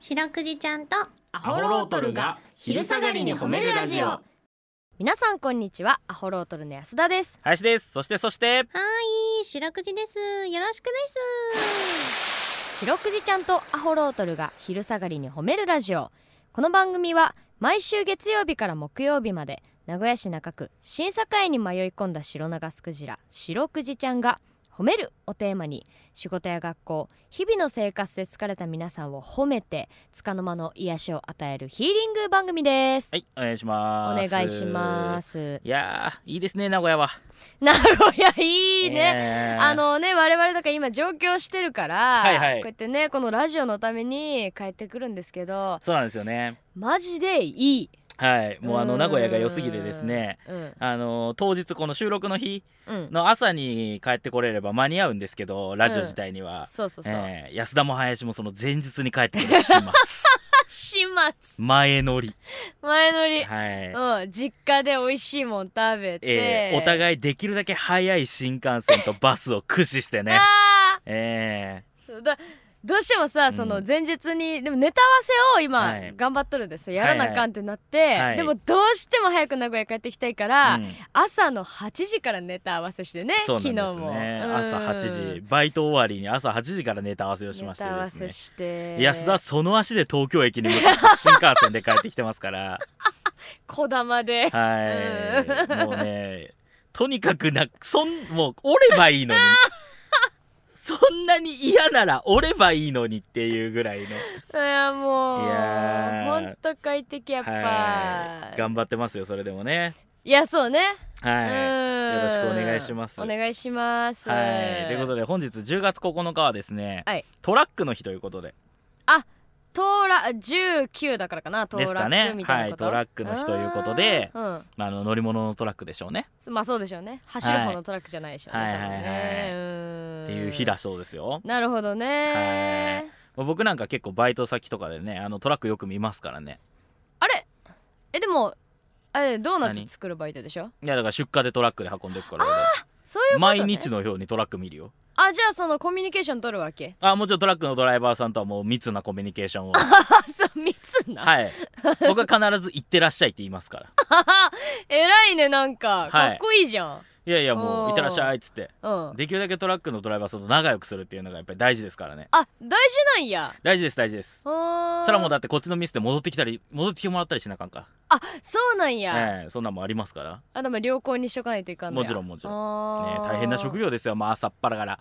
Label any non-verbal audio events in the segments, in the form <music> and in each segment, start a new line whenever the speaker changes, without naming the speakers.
白くじちゃんとア
ホロートルが昼下がりに褒めるラジオ
皆さんこんにちはアホロートルの安田です
林ですそしてそして
いい白くじですよろしくです
白くじちゃんとアホロートルが昼下がりに褒めるラジオこの番組は毎週月曜日から木曜日まで名古屋市中区審査会に迷い込んだ白長スクジラ白くじちゃんが褒めるをテーマに仕事や学校日々の生活で疲れた皆さんを褒めて束の間の癒しを与えるヒーリング番組です、
はいお願いします
お願いしますす
いやーいいですね名古屋は
名古屋いいね、
えー
あのね我々とか今上京してるから、
はいはい
こうやってねこのラジオのために帰ってくるんですけど
そうなんですよね
マジでいい
はいもうあ
う
の
ん
名古屋が良すぎてですね
うん
あの当日この収録の日
うん
の朝に帰ってこれれば間に合うんですけどラジオ自体には、
そうそうそう、
えー安田も林もその前日に帰ってくる
<laughs>
始末
始末
前乗り
前乗り、
はい
うん実家で美味しいもん食べて、
えーお
い
互いできるだけ早い新幹線とバスを駆使してね
あ
え
ーそうだどうしてもさ
ん
その前日に、でもネタ合わせを今、
はい
頑張っとるんですよやらなあかんってなって、
はい
でもどうしても早く名古屋帰ってきたいから、
ーうん
朝の8時からネタ合わせしてね
そうなんで
昨
す
日も
ね
うん
朝8時バイト終わりに朝8時からネタ合わせをしま
ネ
して
タ合わ
です
せ
ね
して
安田その足で東京駅に向かって新幹線で帰ってきてますから
こだまで
はいもうねとにかくなそんもう折ればいい
<laughs>
のにそんなに嫌なら折ればいいのにっていうぐらいの
いやもう
いやー
ほんと快適やっぱ、
はい
い、
頑張ってますよそれでもね
やそうね、
はい
うん
よろしくお願いします
お願いします
はいということで本日10月9日はですね、
はい
トラックの日ということで
トラ19だからかなトラ
ですか
ッ
ね
クみたいなこと、
はいトラックの日ということで
あー
まああの乗り物のトラックでしょうね
うんまあそうでしょうね走る方のトラックじゃないでしょうね、
はい
多分ねうん
っていう日だそうですよ、
なるほどね、
まあ僕なんか結構バイト先とかでねあのトラックよく見ますからね
あれえでもあれドーナツ
何
作るバイトでしょ
いやだから出荷でトラックで運んでくから俺
そういうこと、ね、
毎日のようにトラック見るよ
あじゃあそのコミュニケーション取るわけ
あもちろんトラックのドライバーさんとはもう密なコミュニケ
<laughs>
ーションを
あそう密 <laughs> な、
はい僕は必ず行ってらっしゃいって言いますから
偉いねなんかかっこいいじゃん、
いやいやもう
おー
行ってらっしゃいっつって
うん
できるだけトラックのドライバーさんと仲良くするっていうのがやっぱり大事ですからね
あ大事なんや
大事です大事です
あー
それはもうだってこっちのミスで戻ってきたり戻ってきてもらったりしなあかんか
あそうなんや、
ええそんなんもありますから
あでも良好にしとかないといかんのや
もちろんもちろんね
あー
大変な職業ですよ、まあ、朝っぱらから、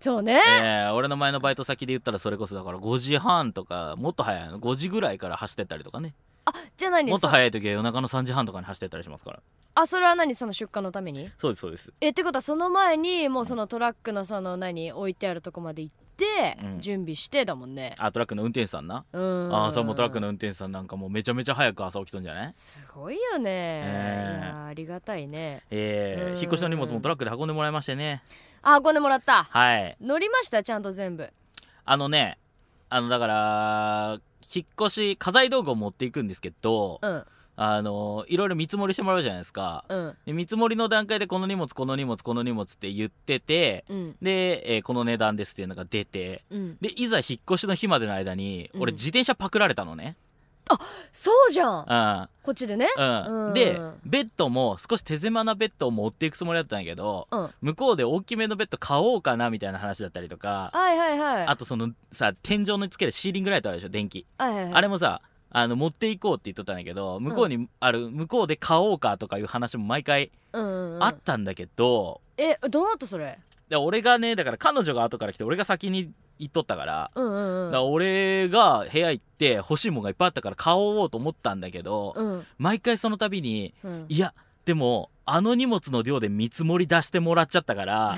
そうね
えー俺の前のバイト先で言ったらそれこそだから5時半とかもっと早いの5時ぐらいから走ってったりとかね
あじゃあ何
もっと
い
早い時は夜中の3時半とかに走ってったりしますから
あそれは何その出荷のために
そうですそうです
えってことはその前にもうそのトラックのその何置いてあるとこまで行って、
うん
準備してだもんね
あトラックの運転手さんな
うん
ああそれもうトラックの運転手さんなんかもうめちゃめちゃ早く朝起きとんじゃない
すごいよね、
え
いやーありがたいね
えー
うん
引っ越しの荷物もトラックで運んでもらいましてね
あ運んでもらった
はい
乗りましたちゃんと全部
あのねあのだから引っ越し家財道具を持っていくんですけど、
うん
あのいろいろ見積もりしてもらうじゃないですか、
うん
で見積もりの段階でこの荷物この荷物この荷物って言ってて
うん
で、えーこの値段ですっていうのが出て
うん
でいざ引っ越しの日までの間に
うん
俺自転車パクられたのね、
そうじゃん
うん
こっちでね
うん
うん
でベッドも少し手狭なベッドを持っていくつもりだったんやけど
うんは
向こうで大きめのベッド買おうかなみたいな話だったりとか
いはいはい
あとそのさ天井につけるシーリングライトあるでしょ電気、
はいはいはい
あれもさあの持っていこうって言っとったんやけど向こうにある向こうで買おうかとかいう話も毎回
うんうんうん
あったんだけど、
えどうなったそれ
で俺がねだから彼女が後から来て俺が先に行っとったから,、
うんうんうん
俺が部屋行って欲しいもんがいっぱいあったから買おうと思ったんだけど、
うん
毎回その度に
うん
いやでもあの荷物の量で見積もり出してもらっちゃったから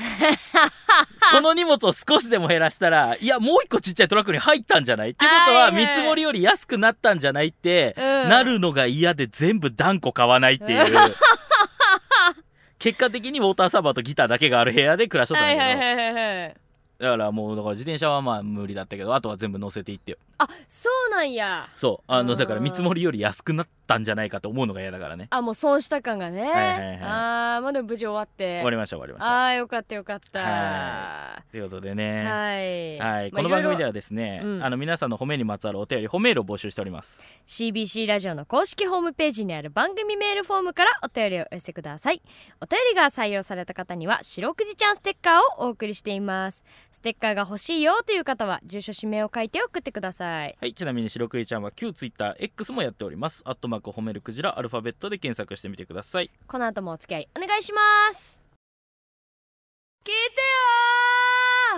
<laughs>
その荷物を少しでも減らしたらいやもう一個ちっちゃいトラックに入ったんじゃないってこと
は
はい
は
見
い
積もりより安くなったんじゃないって、
うん
なるのが嫌で全部断固買わないっていう <laughs> 結果的にウォーターサーバーとギターだけがある部屋で暮らしとったん
は
だ
い
けど、
はいはいはいはい
だからもうだから自転車はまあ無理だったけどあとは全部乗せていってよ
あそうなんや
そうあの
あー
だから見積もりより安くなっったんじゃないかと思うのが嫌だからね
あもう損した感がね、
はいはいはい
あーまだ無事終わって
終わりました終わりました
あーよかったよかった
は
は
ということで
い、
ねはい、
まあ
この番組
いろい
で
ろ
はですね、
うん
あの皆さんの褒めにまつわるお便り褒めールを募集しております
CBC ラジオの公式ホームページにある番組メールフォームからお便りをお寄せくださいお便りが採用された方には白くじちゃんステッカーをお送りしていますステッカーが欲しいよという方は住所氏名を書いて送ってください
はい、ちなみに白クイちゃんは旧 TwitterX もやっております。アットマーク褒めるクジラアルファベットで検索してみてください。
この後もお付き合いお願いします聞いて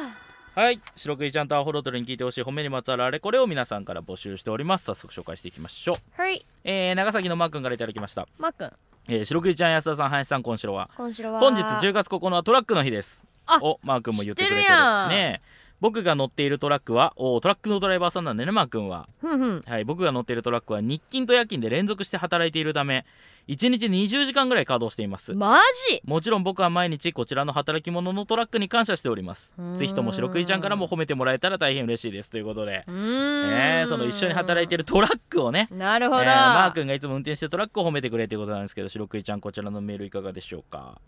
よー
はい、白クイちゃんとアホロトルに聞いてほしい褒めにまつわるあれこれを皆さんから募集しております。早速紹介していきましょう。
はい
えー、長崎のマー君からいただきました。
マー君
えー、白クイちゃん、安田さん、林さん、今週は。
今週は
本日10月9日はトラックの日です。
あ
お、マー君も言ってくれてる。
知ってるやん
ねえ僕が乗っているトラックは、おトラックのドライバーさんなんでね、マー君は。
ふんふん
はい、僕が乗っているトラックは日勤と夜勤で連続して働いているため、1日20時間ぐらい稼働しています。
マジ
もちろん僕は毎日こちらの働き者のトラックに感謝しております
うーん
ぜひとも白クイちゃんからも褒めてもらえたら大変嬉しいですということで、
うーん
えーその一緒に働いて
る
るトラックをね
なるほど、
えーマー君がいつも運転してるトラックを褒めてくれということなんですけど白クイちゃんこちらのメールいかがでしょうか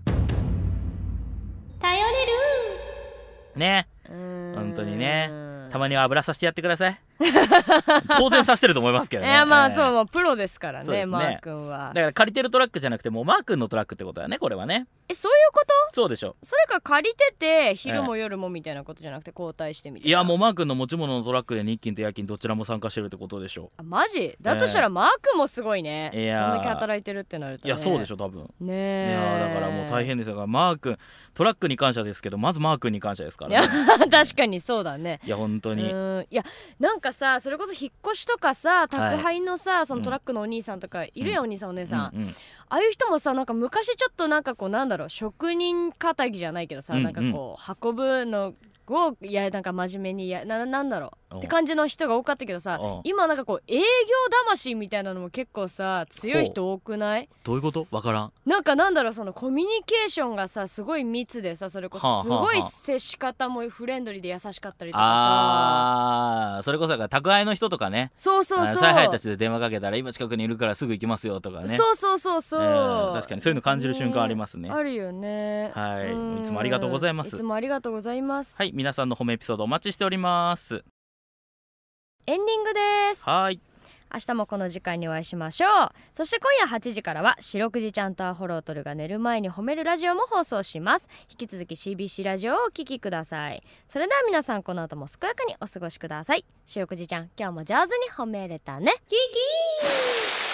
頼れる
ね
うーん
本当にねたまには油させてやってください <laughs> 当然さしてると思いますけど
い
ね
やまあ
えー
そうもうプロですから
そうで
ね
すね
マー君は
だから借りてるトラックじゃなくてもうマー君のトラックってことだねこれはね
えそういうこと
そうでしょ
それか借りてて昼も夜もみたいなことじゃなくて交代してみた
い
いな
やもうマー君の持ち物のトラックで日勤と夜勤どちらも参加してるってことでしょ
あマジだとしたらマー君もすごいね、
いやー
そんだけ働いてるってなると、
う
ね、
いやそうでし
ょ
ょ多分
ね
い
え
やーだからもう大変ですよだからマー君トラックに感謝ですけどまずマー君に感謝ですから、ね、
いや <laughs> 確かにそうだね
いや本当
う
に
ーんいやなんかさそれこそ引っ越しとかさ宅配のさ、そのトラックのお兄さんとかいるやん、お兄さんお姉さん、あ
うんうん
あいう人もさなんか昔ちょっとなんかこうなんだろう職人かたぎじゃないけどさ、
うんうん
なんかこう運ぶのをいやなんか真面目にやななんだろう
お
って感じの人が多かったけどさ
お
今なんかこう営業魂みたいなのも結構さ強い人多くない
どういうことわからん
なんかなんだろうそのコミュニケーションがさすごい密でさそれこ
はあ
そす
はあは
ご
あ
い接し方もフレンドリーで優しかったりとかさ
あーそれこそだから宅配の人とかね
そうそう
あ
そう
の采配たちで電話かけたら今近くにいるからすぐ行きますよとかね
そうそうそうそう、
うん確かにそういうの感じる瞬間あり
ま
ますね
あるよね
はい
うん
いつもありがとうございます
いつもありがとうございます、
はい皆さんの褒めエピソードお待ちしております
エンディングです
はい
明日もこの時間にお会いしましょうそして今夜8時からは「白くじちゃんとアホロートルが寝る前に褒めるラジオ」も放送します引き続き CBC ラジオをお聞きくださいそれでは皆さんこの後も健やかにお過ごしください白くじちゃん今日も上手に褒めれたねキキー